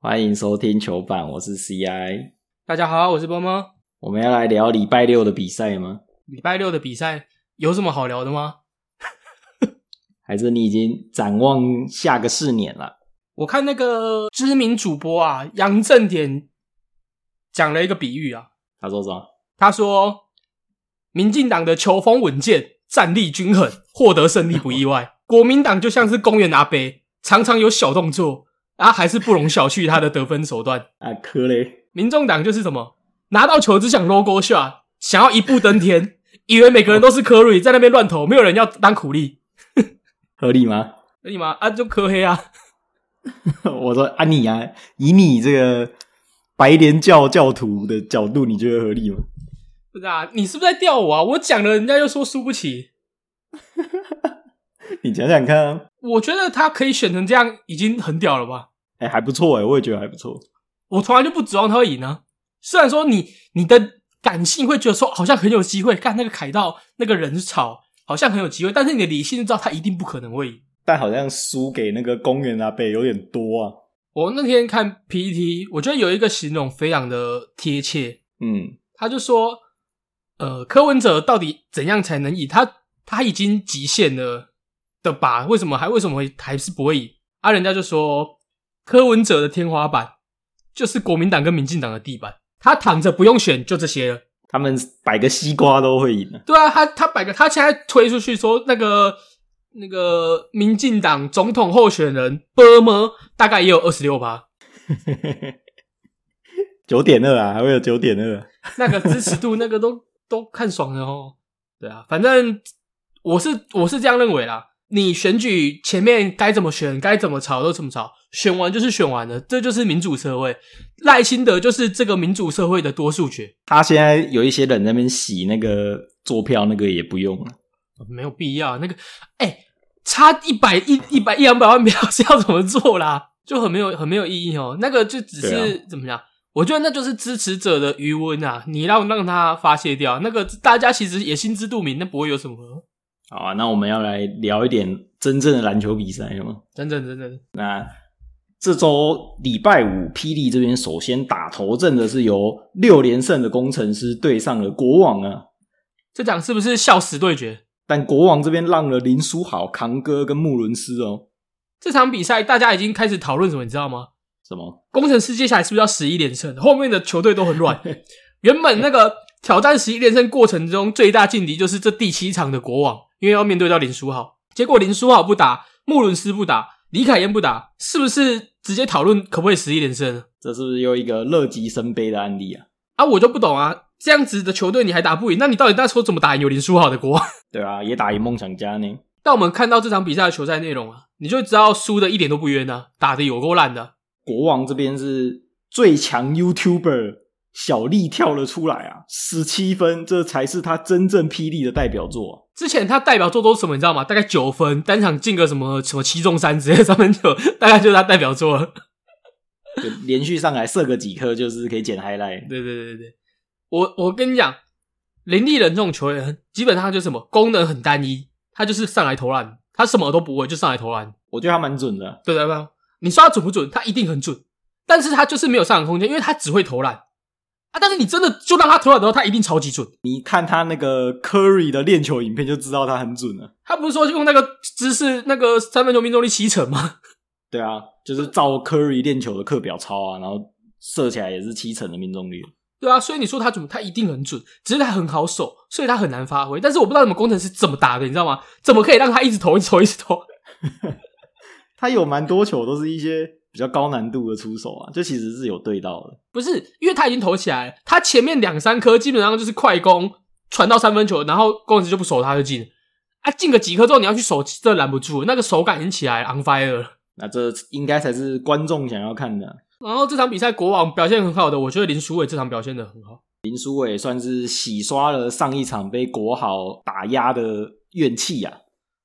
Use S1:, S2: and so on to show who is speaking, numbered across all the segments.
S1: 欢迎收听球板，我是 CI。
S2: 大家好，我是波波。
S1: 我们要来聊礼拜六的比赛吗？
S2: 礼拜六的比赛有什么好聊的吗？
S1: 还是你已经展望下个四年了？
S2: 我看那个知名主播啊，杨正典讲了一个比喻啊，
S1: 他说什么？
S2: 他说，民进党的球风稳健，战力均衡，获得胜利不意外。国民党就像是公园阿伯，常常有小动作，啊，还是不容小觑他的得分手段。
S1: 啊，科嘞，
S2: 民众党就是什么，拿到球只想 logo shot，想要一步登天，以为每个人都是科瑞，在那边乱投，没有人要当苦力。
S1: 合理吗？
S2: 你妈啊，就科黑啊！
S1: 我说啊，你啊，以你这个白莲教教徒的角度，你觉得合理吗？
S2: 不是啊，你是不是在吊我啊？我讲了，人家又说输不起。
S1: 你想想看、啊，
S2: 我觉得他可以选成这样，已经很屌了吧？
S1: 哎、还不错哎、我也觉得还不错。
S2: 我从来就不指望他会赢啊。虽然说你你的感性会觉得说好像很有机会，干那个凯道那个人潮好像很有机会，但是你的理性就知道他一定不可能会赢。
S1: 但好像输给那个公园阿贝有点多啊。
S2: 我那天看 PPT，我觉得有一个形容非常的贴切，
S1: 嗯，
S2: 他就说，呃，柯文哲到底怎样才能赢？他他已经极限了的吧？为什么还为什么会还是不会赢？啊，人家就说柯文哲的天花板就是国民党跟民进党的地板，他躺着不用选就这些了。
S1: 他们摆个西瓜都会赢的、
S2: 对啊，他他摆个他现在推出去说那个那个民进党总统候选人波么大概也有二十六趴，
S1: 九点二啊，还会有九点二。
S2: 那个支持度，那个都都看爽了哦。对啊，反正我是我是这样认为啦。你选举前面该怎么选，该怎么吵都怎么吵，选完就是选完了，这就是民主社会。赖清德就是这个民主社会的多数决，
S1: 他现在有一些人在那边洗那个坐票，那个也不用了。
S2: 没有必要。那个，哎、差一百一一百一两百万 票是要怎么做啦？就很没有很没有意义哦。那个就只是、
S1: 对
S2: 怎么讲？我觉得那就是支持者的余温啊，你让让他发泄掉，那个大家其实也心知肚明，那不会有什么。
S1: 好啊，那我们要来聊一点真正的篮球比赛了吗？
S2: 真的真的，
S1: 这周礼拜五，霹雳这边首先打头阵的是由六连胜的工程师对上了国王啊，
S2: 这讲是不是笑死对决？
S1: 但国王这边让了林书豪、康哥跟穆伦斯哦，
S2: 这场比赛大家已经开始讨论什么，你知道吗？
S1: 什么？
S2: 工程师接下来是不是要十一连胜？后面的球队都很软。原本那个挑战十一连胜过程中，最大劲敌就是这第七场的国王，因为要面对到林书豪。结果林书豪不打，穆伦斯不打，李凯燕不打，是不是直接讨论可不可以十一连胜？
S1: 这是不是又一个乐极生悲的案例啊？
S2: 啊，我就不懂啊，这样子的球队你还打不赢，那你到底那时候怎么打赢有林书豪的国王？
S1: 对啊，也打赢梦想家呢。
S2: 但我们看到这场比赛的球赛内容啊，你就知道输的一点都不冤啊，打的有够烂的。
S1: 国王这边是最强 YouTuber 小丽跳了出来啊，十七分，这才是他真正霹雳的代表作啊、
S2: 之前他代表作都是什么，你知道吗？大概九分，单场进个什么什么七中三之类的三分球， 大概就是他代表作了。
S1: 就连续上来射个几颗，就是可以捡 highlight。
S2: 对对对对对，我我跟你讲，林立人这种球员基本上就是什么功能很单一，他就是上来投篮，他什么都不会就上来投篮，
S1: 我觉得他蛮准的，
S2: 对对对。你说他准不准？他一定很准，但是他就是没有上篮空间，因为他只会投篮啊。但是你真的就让他投篮的话，他一定超级准。
S1: 你看他那个 Curry 的练球影片就知道他很准了。
S2: 他不是说用那个姿势，那个三分球命中率七成吗？
S1: 对啊，就是照 Curry 练球的课表抄啊，然后射起来也是七成的命中率。
S2: 对啊，所以你说他准，他一定很准，只是他很好守，所以他很难发挥。但是我不知道你们工程师怎么打的，你知道吗？怎么可以让他一直投，一直投，一直投？
S1: 他有蛮多球都是一些比较高难度的出手啊，就其实是有对到的。
S2: 不是，因为他已经投起来了，他前面两三颗基本上就是快攻传到三分球，然后工程师就不守他就进啊，进个几颗之后你要去守，真的拦不住，那个手感已经起来了，on fire 了。
S1: 那这应该才是观众想要看的啊。
S2: 然后这场比赛国王表现很好的，我觉得林书伟这场表现的很好。
S1: 林书伟算是洗刷了上一场被国豪打压的怨气啊。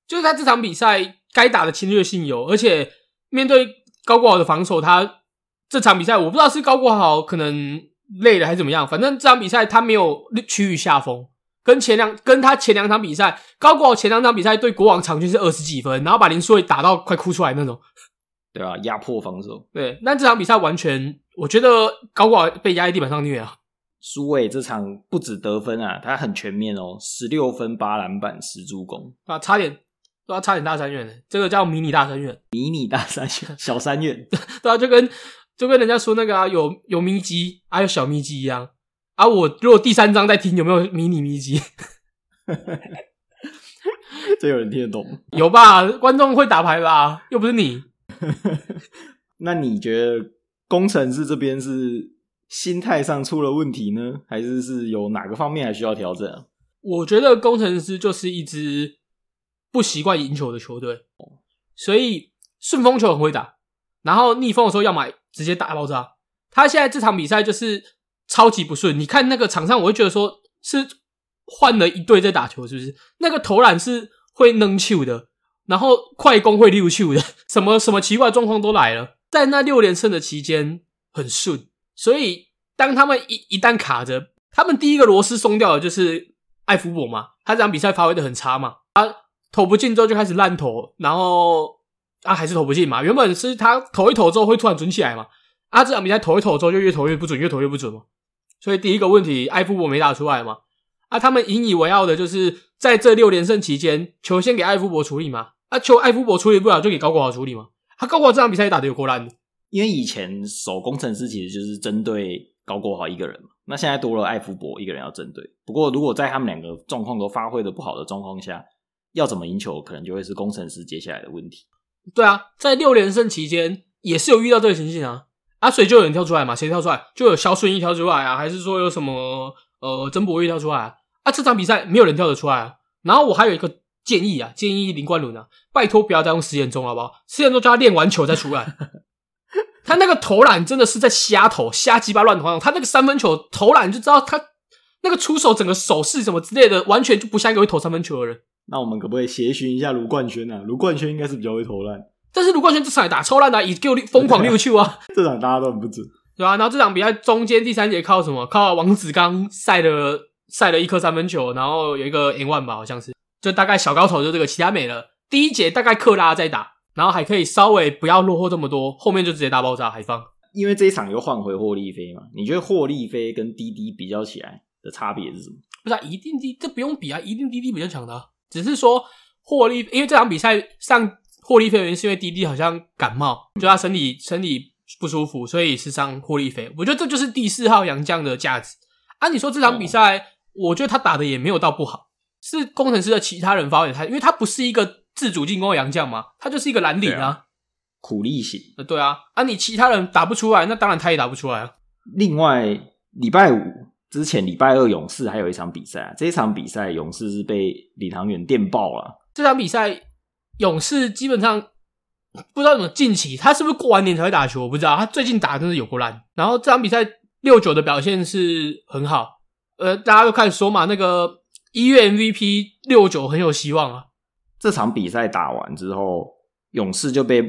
S2: 就是他这场比赛该打的侵略性有，而且面对高国豪的防守，他这场比赛我不知道是高国豪可能累了还是怎么样，反正这场比赛他没有趋于下风。跟前两跟他前两场比赛，高国豪前两场比赛对国王场均是二十几分，然后把林书伟打到快哭出来那种。
S1: 对吧、压迫防守，
S2: 对，但这场比赛完全，我觉得高挂被压在地板上虐啊。
S1: 苏伟这场不止得分啊，他很全面哦，十六分、八篮板、十助攻，
S2: 啊，差点，对啊，差点大三元了，这个叫迷你大三元，
S1: 迷你大三元、小三元，
S2: 对啊，就跟就跟人家说那个啊，有有咪鸡，啊有小咪鸡一样啊。我如果第三章再听有没有迷你咪鸡，
S1: 这有人听得懂吗？
S2: 有吧？观众会打牌吧？又不是你，
S1: 那你觉得工程师这边是心态上出了问题呢，还是是有哪个方面还需要调整啊？
S2: 我觉得工程师就是一支不习惯赢球的球队，所以顺风球很会打，然后逆风的时候要么直接打爆炸。他现在这场比赛就是超级不顺，你看那个场上，我会觉得说是换了一队在打球，是不是？那个投篮是会扔球的，然后快攻会溜球的，什么什么奇怪状况都来了。在那六连胜的期间很顺，所以当他们一一旦卡着，他们第一个螺丝松掉的就是艾弗伯嘛，他这场比赛发挥的很差嘛，他投不进之后就开始烂投，然后啊还是投不进嘛，原本是他投一投之后会突然准起来嘛，啊这场比赛投一投之后就越投越不准，越投越不准嘛，所以第一个问题艾弗伯没打出来嘛，啊他们引以为傲的就是在这六连胜期间，球先给艾弗伯处理嘛，啊球艾弗伯处理不了就给高国豪处理嘛，他、高国豪这场比赛也打得有够烂的，
S1: 因为以前守工程师其实就是针对高国豪一个人嘛，那现在多了艾福伯一个人要针对。不过如果在他们两个状况都发挥的不好的状况下，要怎么赢球，可能就会是工程师接下来的问题。
S2: 对啊，在六连胜期间也是有遇到这个情形啊，啊，所以就有人跳出来嘛，谁跳出来？就有肖顺义跳出来啊，还是说有什么呃曾博玉跳出来啊？啊，这场比赛没有人跳得出来啊。然后我还有一个建议啊，建议林冠伦啊，拜托不要再用实验中好不好？实验中叫他练完球再出来。他那个投篮真的是在瞎投，瞎鸡巴乱投，他那个三分球投篮就知道他那个出手整个手势什么之类的，完全就不像一个会投三分球的人。
S1: 那我们可不可以协寻一下卢冠轩啊？卢冠轩应该是比较会投篮，
S2: 但是卢冠轩这场也打超烂的啊、也给我疯狂六球啊！
S1: 这场大家都很不准。
S2: 对啊，然后这场比赛中间第三节靠什么？靠王子刚晒了晒了一颗三分球，然后有一个 N one 吧，好像是，就大概小高手就这个，其他没了。第一节大概克拉在打，然后还可以稍微不要落后这么多，后面就直接大爆炸海放。
S1: 因为这一场又换回霍利菲嘛，你觉得霍利菲跟滴滴比较起来的差别是什么？
S2: 不是、啊，一定滴这不用比啊，一定滴滴比较强的啊、只是说霍利，因为这场比赛上霍利菲的原因是因为滴滴好像感冒，就他身体身体不舒服，所以是上霍利菲。我觉得这就是第四号洋将的价值。按、啊、你说这场比赛，我觉得他打的也没有到不好，是工程师的其他人发挥的太，因为他不是一个自主进攻的洋将嘛，他就是一个蓝领
S1: 对
S2: 啊
S1: 啊，苦力型。
S2: 呃对啊，啊你其他人打不出来，那当然他也打不出来啊。
S1: 另外，礼拜五之前，礼拜二勇士还有一场比赛、啊，这一场比赛勇士是被领航员电爆了、
S2: 这场比赛，勇士基本上不知道怎么近期，他是不是过完年才会打球，我不知道。他最近打得真是有够烂。然后这场比赛六九的表现是很好，呃，大家都开始说嘛，那个一月 MVP 六九很有希望啊。
S1: 这场比赛打完之后，勇士就被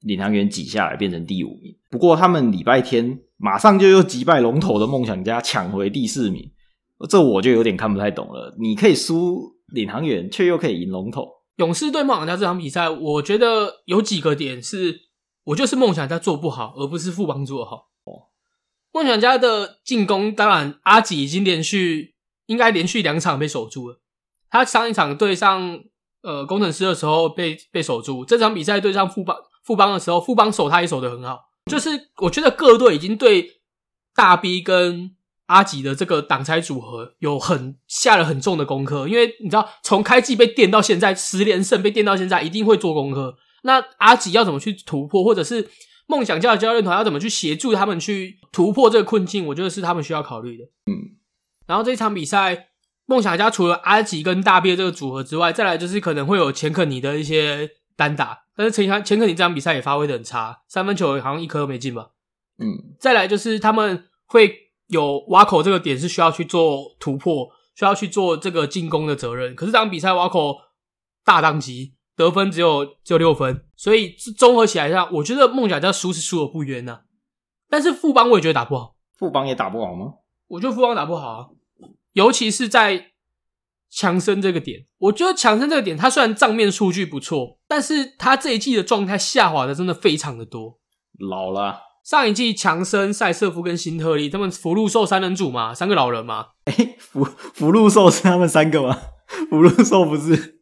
S1: 领航员挤下来，变成第五名。不过他们礼拜天马上就又击败龙头的梦想家，抢回第四名。这我就有点看不太懂了。你可以输领航员，却又可以赢龙头，
S2: 勇士对梦想家这场比赛，我觉得有几个点是，我就是梦想家做不好，而不是副帮做好。梦想家的进攻，当然阿吉已经连续应该连续两场被守住了。他上一场对上呃工程师的时候被被守住，这场比赛对上富邦富邦的时候，富邦守他也守得很好。就是我觉得各队已经对大 B 跟阿吉的这个挡拆组合有很下了很重的功课，因为你知道从开季被电到现在十连胜被电到现在，一定会做功课。那阿吉要怎么去突破，或者是梦想家的教练团要怎么去协助他们去突破这个困境，我觉得是他们需要考虑的。
S1: 嗯，
S2: 然后这一场比赛，梦想家除了阿吉跟大鳖这个组合之外，再来就是可能会有钱可尼的一些单打，但是钱可钱可尼这场比赛也发挥的很差，三分球好像一颗都没进吧。
S1: 嗯，
S2: 再来就是他们会有挖口这个点是需要去做突破，需要去做这个进攻的责任。可是这场比赛挖口大当机，得分只有只有六分，所以综合起来上，我觉得梦想家输是输的不冤呐、啊但是富邦我也觉得打不好，
S1: 副帮也打不好吗？
S2: 我觉得富邦打不好啊，尤其是在强森这个点，我觉得强森这个点，他虽然账面数据不错，但是他这一季的状态下滑的真的非常的多。
S1: 老了，啊
S2: 上一季强森、塞瑟夫跟辛特利他们福禄寿三人组嘛，三个老人嘛，
S1: 福福禄寿是他们三个吗？ 福禄寿不 是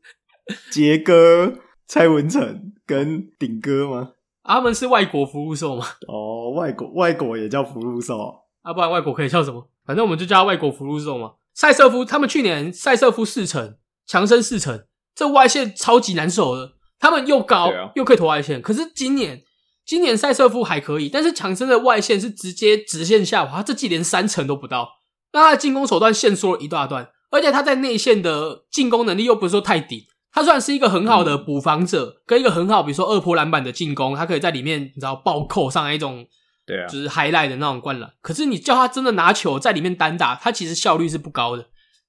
S1: 杰哥、蔡文成跟顶哥吗？
S2: 啊他们是外国福禄寿嘛，
S1: 哦，外国外国也叫福禄寿啊，
S2: 啊，不然外国可以叫什么？反正我们就叫他外国福禄寿嘛。塞瑟夫他们去年塞瑟夫四成，强森四成，这外线超级难守的。他们又高、
S1: 对啊
S2: 又可以投外线，可是今年今年塞瑟夫还可以，但是强森的外线是直接直线下滑，他这季连三成都不到，那他的进攻手段限缩了一大段，而且他在内线的进攻能力又不是说太顶。他虽然是一个很好
S1: 嗯
S2: 的补防者，跟一个很好，比如说二波篮板的进攻，他可以在里面你知道暴扣上来一种
S1: 对啊
S2: 就是 highlight 的那种灌篮。可是你叫他真的拿球在里面单打，他其实效率是不高的。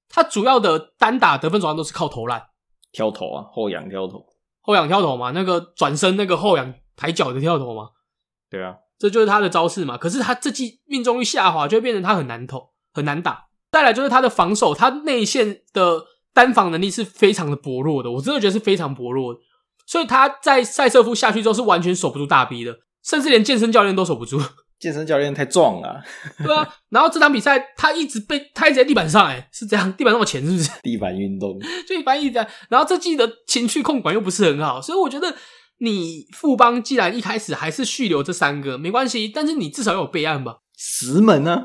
S2: 他主要的单打得分手段都是靠投篮，
S1: 挑头啊，后仰挑头，
S2: 后仰跳投嘛，那个转身那个后仰抬脚的跳投嘛，
S1: 对啊，
S2: 这就是他的招式嘛。可是他这季命中率下滑，就会变成他很难投，很难打。再来就是他的防守，他内线的单防能力是非常的薄弱的，我真的觉得是非常薄弱的。所以他在塞瑟夫下去之后是完全守不住大 B 的，甚至连健身教练都守不住。
S1: 健身教练太壮了啊、
S2: 对啊，然后这场比赛他一直被他一直在地板上、欸，哎，是这样，地板那么浅是不 是？
S1: 地板运动，
S2: 就一般一直在，然后这季的情绪控管又不是很好，所以我觉得你富邦既然一开始还是续留这三个没关系，但是你至少要有备案吧？
S1: 石门啊呢、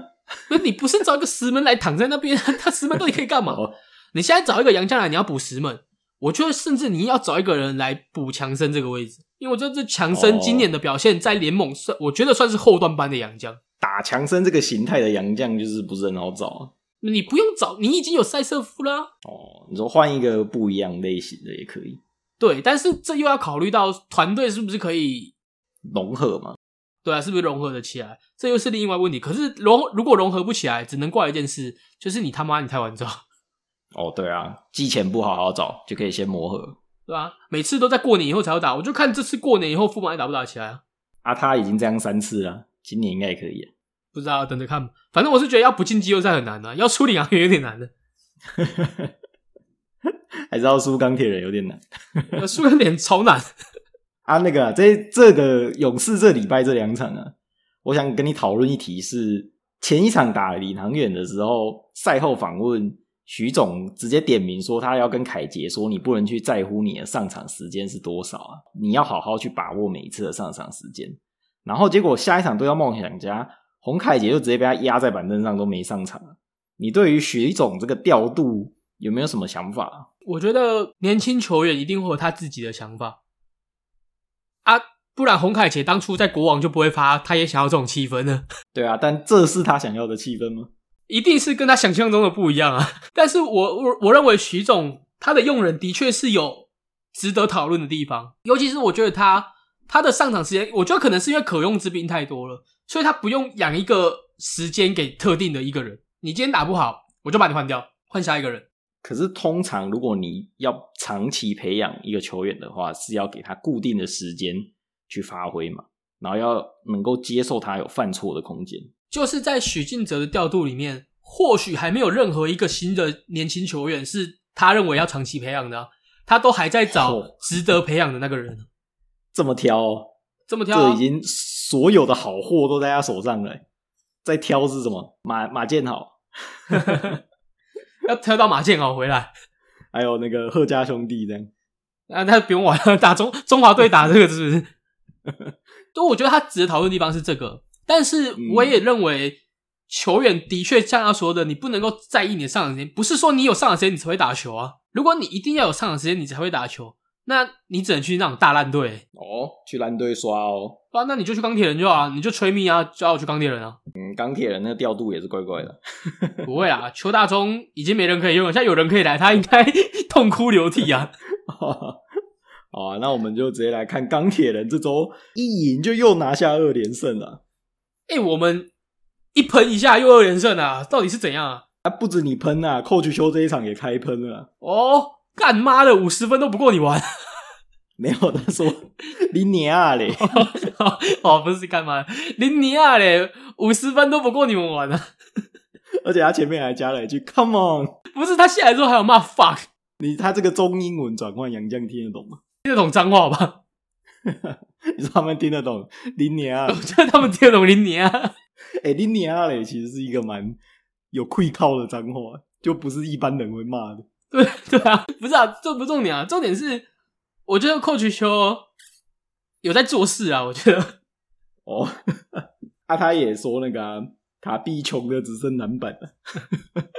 S2: 不是你不是找一个石门来躺在那边， 他石门到底可以干嘛？
S1: 哦
S2: 你现在找一个杨将来，你要补石门，我觉得甚至你要找一个人来补强森这个位置，因为我觉得这强森今年的表现在联盟算，我觉得算是后段班的杨将。
S1: 打强森这个形态的洋将就是不是很好找啊。
S2: 你不用找，你已经有塞瑟夫啦、
S1: 哦，你说换一个不一样类型的也可以
S2: 对，但是这又要考虑到团队是不是可以，
S1: 融合嘛？
S2: 对啊，是不是融合得起来？这又是另外问题。可是融如果融合不起来，只能怪一件事，就是你他妈你太晚找，
S1: 哦，对啊，季前不好好找就可以先磨合。
S2: 对吧、每次都在过年以后才要打，我就看这次过年以后富邦还打不打起来啊？
S1: 啊，他已经这样三次了，今年应该也可以啊、
S2: 不知道，等着看吧。反正我是觉得要不进季后赛很难的、要出领航员有点难的，
S1: 还是要输钢铁人有点难
S2: 要输有点超难。
S1: 啊。那个、啊、这这个勇士这礼拜这两场啊，我想跟你讨论一题是前一场打领航员的时候，赛后访问徐总直接点名说他要跟凯杰说，你不能去在乎你的上场时间是多少啊，你要好好去把握每一次的上场时间。然后结果下一场对到梦想家，洪凯杰就直接被他压在板凳上都没上场。你对于徐总这个调度有没有什么想法啊？
S2: 我觉得年轻球员一定会有他自己的想法啊，不然洪凯杰当初在国王就不会发，他也想要这种气氛呢。
S1: 对啊，但这是他想要的气氛吗？
S2: 一定是跟他想象中的不一样啊。 但是我我我认为徐总他的用人的确是有值得讨论的地方，尤其是我觉得他他的上场时间，我觉得可能是因为可用之兵太多了，所以他不用养一个时间给特定的一个人。你今天打不好，我就把你换掉，换下一个人。
S1: 可是通常如果你要长期培养一个球员的话，是要给他固定的时间去发挥嘛，然后要能够接受他有犯错的空间。
S2: 就是在许晋哲的调度里面，或许还没有任何一个新的年轻球员是他认为要长期培养的啊、他都还在找
S1: 哦
S2: 值得培养的那个人。
S1: 这么挑、哦，
S2: 这么挑、啊，
S1: 这已经所有的好货都在他手上了欸。再挑是什么？马马建豪，
S2: 要挑到马建豪回来。
S1: 还有那个贺家兄弟这样。
S2: 啊，那不用玩了，打中中华队打这个是不是？ 对，我觉得他值得讨论的地方是这个，但是我也认为球员的确像他说的，你不能够在意你的上场时间，不是说你有上场时间你才会打球啊。如果你一定要有上场时间你才会打球，那你只能去那种大烂队、
S1: 哦，去蓝队刷哦。
S2: 不然那你就去钢铁人就好啊，你就吹密啊，叫我去钢铁人啊，
S1: 嗯，钢铁人那个调度也是怪怪 的。
S2: 不会啊，邱大中已经没人可以用了，现在有人可以来，他应该 痛哭流涕啊。
S1: 好啊，那我们就直接来看钢铁人这周一赢就又拿下二连胜了。
S2: 哎、我们一喷一下又二连胜啊，到底是怎样啊？
S1: 啊，不止你喷啊，Coach 修这一场也开喷了啊。
S2: 哦，干妈的五十分都不够你玩，
S1: 没有，他说你娘啊嘞！
S2: 哦，不是干妈的，林尼亚嘞，五十分都不够你们玩啊！
S1: 而且他前面还加了一句 “Come on”，
S2: 不是他下来之后还有骂 fuck，
S1: 你他这个中英文转换，杨绛听得懂吗？
S2: 听得懂脏话吧？
S1: 你说他们听得懂林尼亚
S2: 我？觉得他们听得懂林尼啊。
S1: 哎、林尼亚嘞，其实是一个蛮有愧靠的脏话，就不是一般人会骂的。
S2: 对对啊，不是啊，这不重点啊，重点是我觉得 Coach 修有在做事啊，我觉得
S1: 哦， 啊，他也说那个啊、塔比穷的只剩篮板了。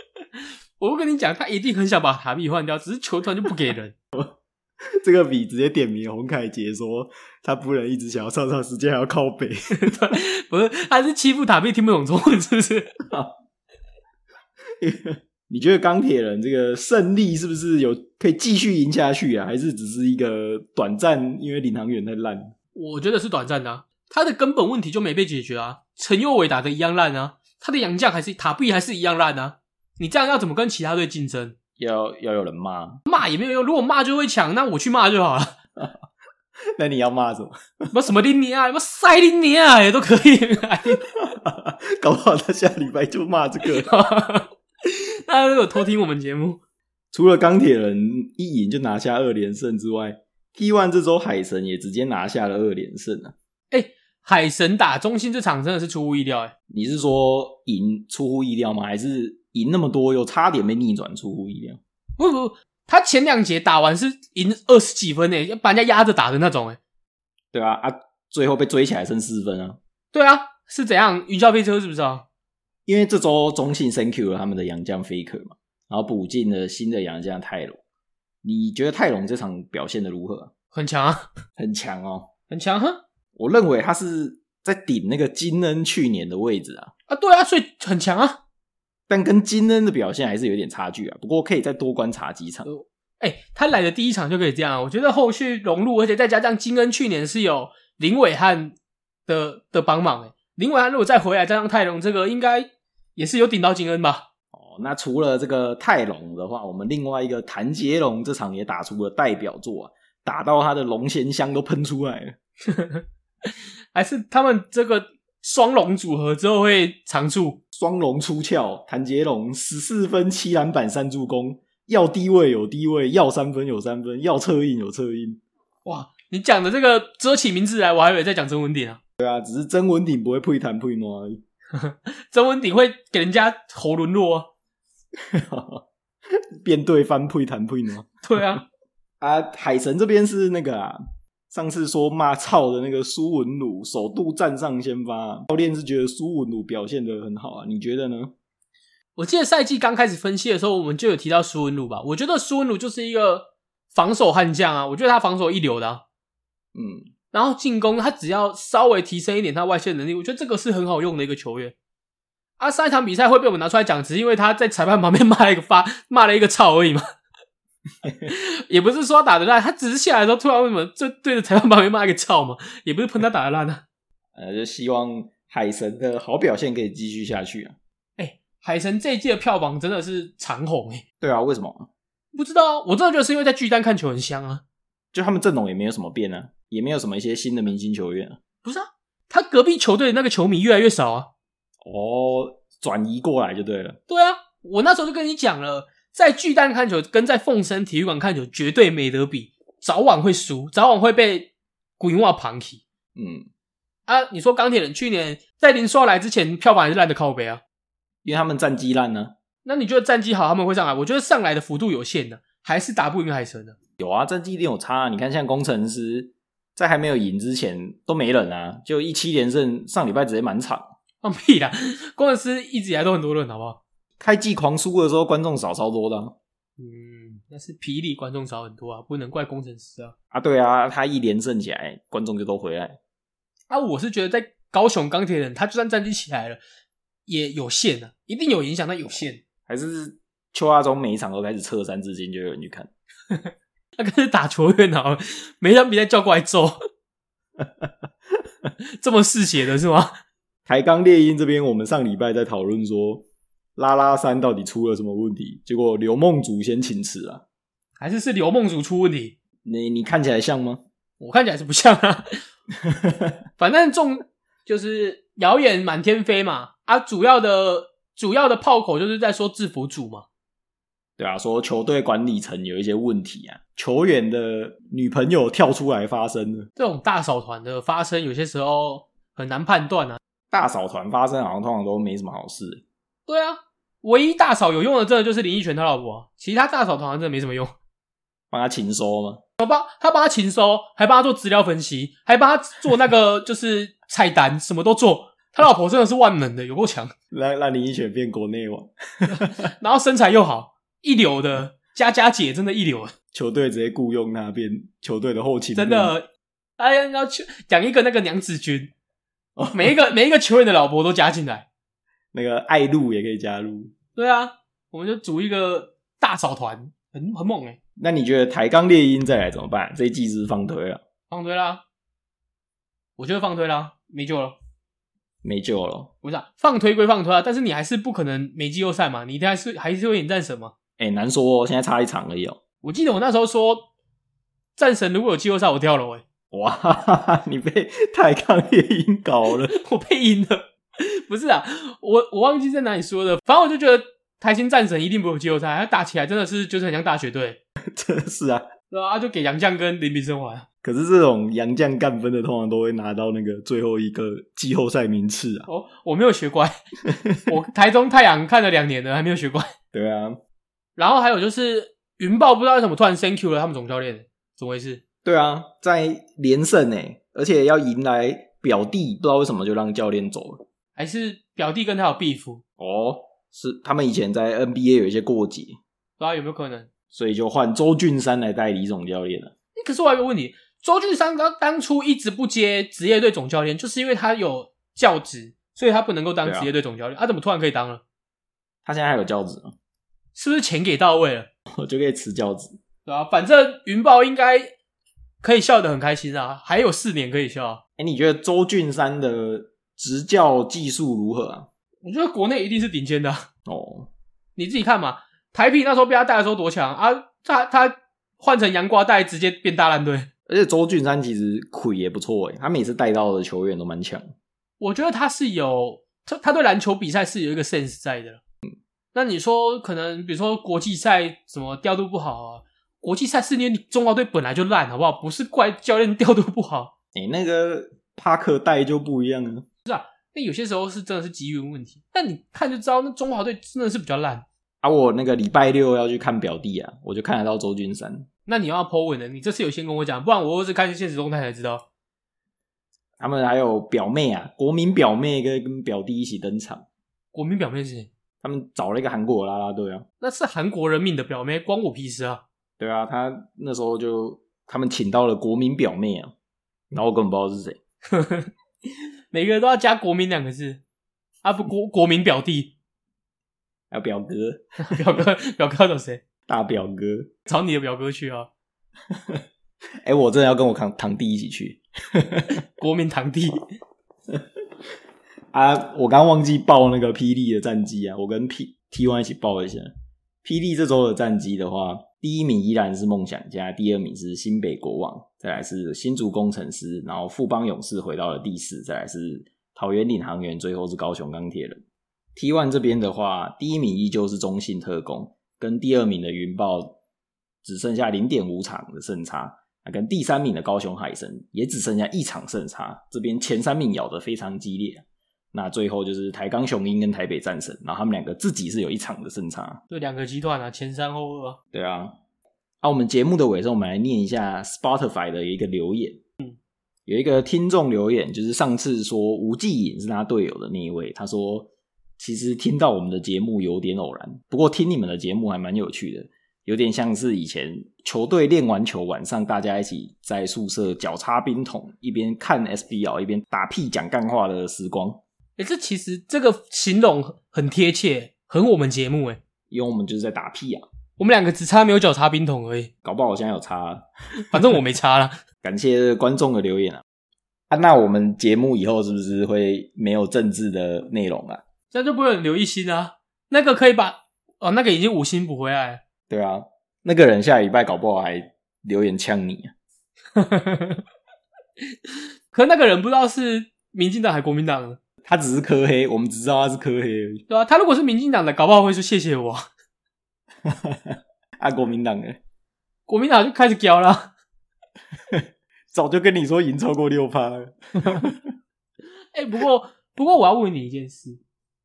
S2: 我不跟你讲，他一定很想把塔比换掉，只是球团就不给人。
S1: 这个比直接点名洪凯杰说他不能一直想要上上时间还要靠北，
S2: 不是，他是欺负塔比听不懂中文，是不是？
S1: 你觉得钢铁人这个胜利是不是有可以继续赢下去啊？还是只是一个短暂？因为领航员太烂，
S2: 我觉得是短暂的、啊，他的根本问题就没被解决啊。陈佑伟打的一样烂啊，他的洋将还是塔比还是一样烂啊。你这样要怎么跟其他队竞争？
S1: 要要有人骂，
S2: 骂也没有用，如果骂就会抢，那我去骂就好了。
S1: 那你要骂什么？
S2: 什么什么林尼啊，什么塞林尼啊，也都可以。
S1: 搞不好他下礼拜就骂这个。
S2: 大家如果偷听我们节目，
S1: 除了钢铁人一赢就拿下二连胜之外，T One 这周海神也直接拿下了二连胜啊！
S2: 海神打中信这场真的是出乎意料哎、
S1: 你是说赢出乎意料吗？还是赢那么多又差点被逆转出乎意料？
S2: 不不，不他前两节打完是赢二十几分哎、要把人家压着打的那种哎、
S1: 对啊啊，最后被追起来剩四分啊！
S2: 对啊，是怎样云霄飞车是不是啊？
S1: 因为这周中信 Thank you 了他们的洋将 Faker 嘛，然后补进了新的洋将泰隆。你觉得泰隆这场表现的如何啊？
S2: 很强啊，
S1: 很强哦，
S2: 很强啊哈
S1: 我认为他是在顶那个金恩去年的位置啊，
S2: 啊，对啊，所以很强啊。
S1: 但跟金恩的表现还是有点差距啊。不过可以再多观察几场。
S2: 哎、他来的第一场就可以这样啊，我觉得后续融入，而且再加上金恩去年是有林伟汉的的帮忙、欸，林伟汉如果再回来，加上泰隆这个，应该也是有顶到金恩吧？
S1: 哦，那除了这个泰隆的话，我们另外一个谭杰龙这场也打出了代表作啊，打到他的龙涎香都喷出来了。
S2: 还是他们这个双龙组合之后会长处？
S1: 双龙出鞘，谭杰龙十四分七篮板三助攻，要低位有低位，要三分有三分，要策应有策应。
S2: 哇，你讲的这个遮起名字来，我还以为在讲曾文鼎啊，
S1: 啊，只是曾文鼎不会配弹配挪而已。
S2: 曾文鼎会给人家喉沦落、啊。
S1: 变对翻配弹配挪
S2: 对啊，
S1: 啊，海神这边是那个啊，上次说骂操的那个苏文鲁首度站上先发啊、教练是觉得苏文鲁表现的很好啊，你觉得呢？
S2: 我记得赛季刚开始分析的时候，我们就有提到苏文鲁吧？我觉得苏文鲁就是一个防守悍将啊，我觉得他防守一流的、啊。
S1: 嗯，
S2: 然后进攻他只要稍微提升一点他外线能力，我觉得这个是很好用的一个球员。啊，上一场比赛会被我们拿出来讲，只是因为他在裁判旁边 骂了一个发，骂了一个操而已嘛。也不是说他打的烂，他只是下来的时候突然为什么就对着裁判旁边骂一个操嘛，也不是喷他打的烂啊。
S1: 呃，就希望海神的好表现可以继续下去啊。
S2: 哎、海神这一季的票房真的是长红哎、
S1: 对啊，为什么啊？
S2: 不知道啊，我真的觉得是因为在巨蛋看球很香啊。
S1: 就他们阵容也没有什么变啊，也没有什么一些新的明星球员啊。
S2: 不是啊，他隔壁球队的那个球迷越来越少啊。
S1: 哦，转移过来就对了。
S2: 对啊，我那时候就跟你讲了，在巨蛋看球跟在凤山体育馆看球绝对没得比，早晚会输，早晚会被古云瓦旁起
S1: 嗯，
S2: 啊！你说钢铁人去年在林书豪来之前，票房还是烂的靠北啊。
S1: 因为他们战绩烂呢、
S2: 那你觉得战绩好他们会上来？我觉得上来的幅度有限的，还是打不赢海神的。
S1: 有啊，战绩一定有差、啊。你看，像工程师在还没有赢之前都没人啊，就一七连胜，上礼拜直接满场。
S2: 放屁啦！工程师一直以来都很多人，好不好？
S1: 开季狂输的时候，观众少超多的啊
S2: 嗯，但是霹雳观众少很多啊，不能怪工程师啊。
S1: 啊对啊，他一连胜起来，观众就都回来。
S2: 啊，我是觉得在高雄钢铁人，他就算战绩起来了，也有限啊，一定有影响，但有限。
S1: 还是邱亚中每一场都开始撤三字经，就有人去看。
S2: 他跟始打球员好了，每场比赛叫过来揍， 这么嗜血的是吗？
S1: 台钢猎鹰这边，我们上礼拜在讨论说拉拉山到底出了什么问题，结果刘梦竹先请辞啊。
S2: 还是是刘梦竹出问题？
S1: 你你看起来像吗？
S2: 我看起来是不像啊。反正重就是谣言满天飞嘛，啊，主要的主要的炮口就是在说制服组嘛。
S1: 对啊，说球队管理层有一些问题啊，球员的女朋友跳出来发声了，
S2: 这种大扫团的发生，有些时候很难判断啊。
S1: 大嫂团发生好像通常都没什么好事。
S2: 对啊，唯一大嫂有用的，真的就是林奕璇他老婆啊、其他大嫂团好像真的没什么用。
S1: 帮他勤收吗？
S2: 他帮他勤收，还帮他做资料分析，还帮他做那个就是菜单，什么都做。他老婆真的是万能的，有够强，
S1: 让让林奕璇变国内网，
S2: 然后身材又好，一流的。佳佳姐真的一流，
S1: 球队直接雇佣他变球队的后勤部，
S2: 真的。哎呀，要去养一个那个娘子军，每一个每一个球员的老婆都加进来。
S1: 那个爱路也可以加入。
S2: 对啊，我们就组一个大嫂团，很很猛哎、欸，
S1: 那你觉得抬杠猎鹰再来怎么办？这一季是不是放推啊了，
S2: 放推啦！我觉得放推啦，没救了。
S1: 没救了。
S2: 不是、啊、放推归放推啊，但是你还是不可能没季后赛嘛，你一定还是还是会迎战神嘛。
S1: 哎、难说哦，现在差一场而已哦。
S2: 我记得我那时候说，战神如果有季后赛，我跳楼哎、
S1: 哇， 哈哈哈，你被抬杠猎鹰搞了。
S2: 我被阴了。不是啊，我我忘记在哪里说的，反正我就觉得台新战神一定不会有季后赛，他打起来真的是就是很像大学队，
S1: 真的是啊。
S2: 对啊，就给杨绛跟林炳生玩。
S1: 可是这种洋将干分的，通常都会拿到那个最后一个季后赛名次啊。
S2: 哦，我没有学乖，我台中太阳看了两年了，还没有学乖。
S1: 对啊，
S2: 然后还有就是云豹不知道为什么突然 thank you 了他们总教练，怎么回事？
S1: 对啊，在连胜呢、而且要迎来表弟，不知道为什么就让教练走了。
S2: 还是表弟跟他有 beef，
S1: 哦，是他们以前在 NBA 有一些过节，
S2: 不知道有没有可能？
S1: 所以就换周俊山来代理总教练了。
S2: 欸可是我还有一个问题，周俊山刚当初一直不接职业队总教练，就是因为他有教职，所以他不能够当
S1: 对啊
S2: 职业队总教练。他、怎么突然可以当了？
S1: 他现在还有教职吗？哦
S2: 是不是钱给到位了？
S1: 我就可以吃教职。
S2: 对啊，反正云豹应该可以笑得很开心啊，还有四年可以笑啊、
S1: 哎、你觉得周俊山的执教技术如何啊？
S2: 我觉得国内一定是顶尖的啊、
S1: 哦，
S2: 你自己看嘛。台啤那时候被他带的时候多强啊！他他换成洋瓜带直接变大烂队。
S1: 而且周俊山其实腿也不错欸诶，他每次带到的球员都蛮强。
S2: 我觉得他是有他他对篮球比赛是有一个 sense 在的。那你说可能比如说国际赛怎么调度不好啊？国际赛四年中华队本来就烂，好不好？不是怪教练调度不好，
S1: 哎、那个帕克带就不一样啊。
S2: 那有些时候是真的是机遇问题。但你看就知道，那中华队真的是比较烂。
S1: 啊，我那个礼拜六要去看表弟啊，我就看得到周俊山。
S2: 那你要 po 文的，你这次有先跟我讲，不然我只看现实动态才知道。
S1: 他们还有表妹啊，国民表妹跟跟表弟一起登场。
S2: 国民表妹是谁？
S1: 他们找了一个韩国啦啦队啊，
S2: 那是韩国人民的表妹，关我屁事啊！
S1: 对啊，他那时候就他们请到了国民表妹啊，然后我根本不知道是谁。
S2: 每个人都要加“国民”两个字啊！不，国国民表弟、
S1: 还有表哥，
S2: 表哥、表哥要找谁？
S1: 大表哥。
S2: 找你的表哥去啊！
S1: 哎、我真的要跟我堂堂弟一起去
S2: 国民堂弟，
S1: 啊！我刚忘记报那个霹雳的战绩啊，我跟 P T One 一起报一下。霹雳这周的战绩的话，第一名依然是梦想家，第二名是新北国王，再来是新竹工程师，然后富邦勇士回到了第四，再来是桃园领航员，最后是高雄钢铁人。T One 这边的话，第一名依旧是中信特工，跟第二名的云豹只剩下零点五场的胜差，那跟第三名的高雄海神也只剩下一场胜差。这边前三名咬得非常激烈，啊那最后就是台钢雄鹰跟台北战神，然后他们两个自己是有一场的胜差。
S2: 就两个集团啊，前三后二、啊。
S1: 对啊，啊，我们节目的尾声，我们来念一下 Spotify 的一个留言。嗯，有一个听众留言，就是上次说吴继颖是他队友的那一位，他说其实听到我们的节目有点偶然，不过听你们的节目还蛮有趣的，有点像是以前球队练完球晚上大家一起在宿舍脚插冰桶，一边看 SBL 一边打屁讲干话的时光。
S2: 哎、这其实这个形容很贴切，很我们节目哎、
S1: 因为我们就是在打屁啊，
S2: 我们两个只差没有脚擦冰桶而已，
S1: 搞不好我现在有差啊、
S2: 反正我没擦啦。
S1: 感谢观众的留言啊！啊，那我们节目以后是不是会没有政治的内容啊？
S2: 这样就不会有人留一星啊。那个可以把哦，那个已经五星补回来了。
S1: 对啊，那个人下礼拜搞不好还留言呛你啊！
S2: 可那个人不知道是民进党还是国民党的，
S1: 他只是科黑，我们只知道他是科黑而已。
S2: 对吧、他如果是民进党的，搞不好会说谢谢我。
S1: 啊，国民党的
S2: 国民党就开始屌了。
S1: 早就跟你说赢超过六趴了。
S2: 哎、不过不过我要问你一件事，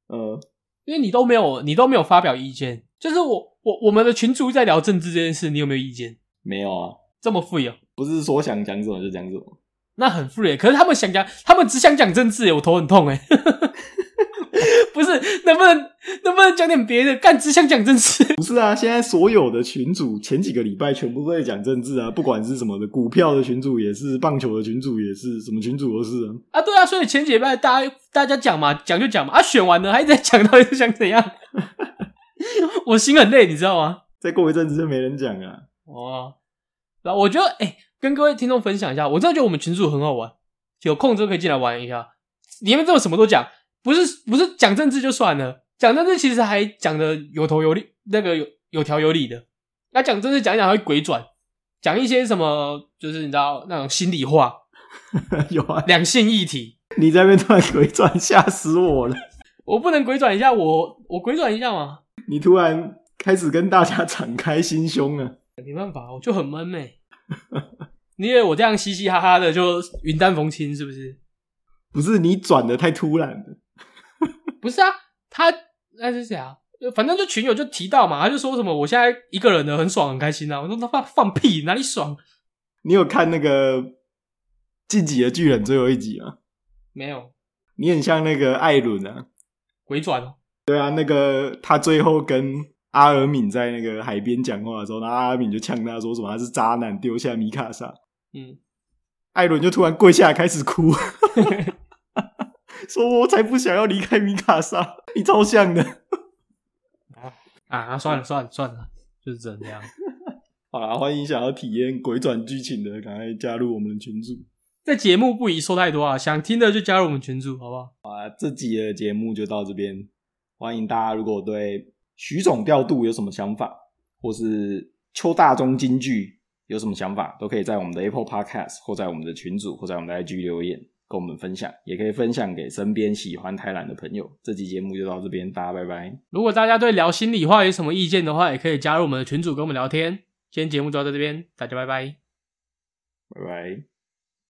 S1: 呃，
S2: 因为你都没有你都没有发表意见，就是我我我们的群主在聊政治这件事，你有没有意见？
S1: 没有啊，
S2: 这么 free 哦、
S1: 不是说想讲什么就讲什么。
S2: 那很 free 耶、可是他们想讲，他们只想讲政治耶、 我头很痛哎、不是，能不能能不能讲点别的？干，只想讲政治。
S1: 不是啊，现在所有的群主前几个礼拜全部都在讲政治啊，不管是什么的，股票的群主也是，棒球的群主也是，什么群主都是啊。
S2: 啊，对啊，所以前几礼拜大家大家讲嘛，讲就讲嘛，啊，选完了还一直在讲，到底是想怎样？ 我心很累，你知道吗？
S1: 再过一阵子就没人讲啊。
S2: 哦，然后我觉得，哎、跟各位听众分享一下，我真的觉得我们群组很好玩，有空之后可以进来玩一下。里面真的什么都讲，不是不是讲政治就算了，讲政治其实还讲的有头有理，那个有有条有理的。那讲政治讲一讲还会鬼转，讲一些什么就是你知道那种心里话、
S1: 有啊，
S2: 两性议题，
S1: 你在那边突然鬼转，吓死我了！
S2: 我不能鬼转一下，我我鬼转一下嘛，
S1: 你突然开始跟大家敞开心胸啊。
S2: 没办法，我就很闷妹、 你以为我这样嘻嘻哈哈的就云淡风轻是不是？
S1: 不是你转的太突然了，
S2: 不是啊，他那是谁啊？呃反正就群友就提到嘛，他就说什么我现在一个人的很爽很开心啊，我说他放放屁哪里爽？
S1: 你有看那个晋级的巨人最后一集吗？
S2: 没有
S1: 你很像那个艾伦啊，
S2: 回转哦，
S1: 对啊，那个他最后跟阿尔敏在那个海边讲话的时候，然后阿尔敏就呛他说什么他是渣男，丢下米卡莎，
S2: 嗯，
S1: 艾伦就突然跪下来开始哭，说我才不想要离开米卡莎，你超像的。
S2: 啊，那算了算了算了，就是只能这样。
S1: 好啦，欢迎想要体验鬼转剧情的，赶快加入我们的群组。
S2: 这节目不宜说太多啊，想听的就加入我们群组好不好？
S1: 啊，这集的节目就到这边。欢迎大家，如果对徐总调度有什么想法，或是邱大中京剧有什么想法，都可以在我们的 Apple Podcast 或在我们的群组或在我们的 IG 留言跟我们分享，也可以分享给身边喜欢泰兰的朋友。这集节目就到这边，大家拜拜。
S2: 如果大家对聊心里话有什么意见的话，也可以加入我们的群组跟我们聊天。今天节目就到这边，大家拜拜。
S1: 拜拜。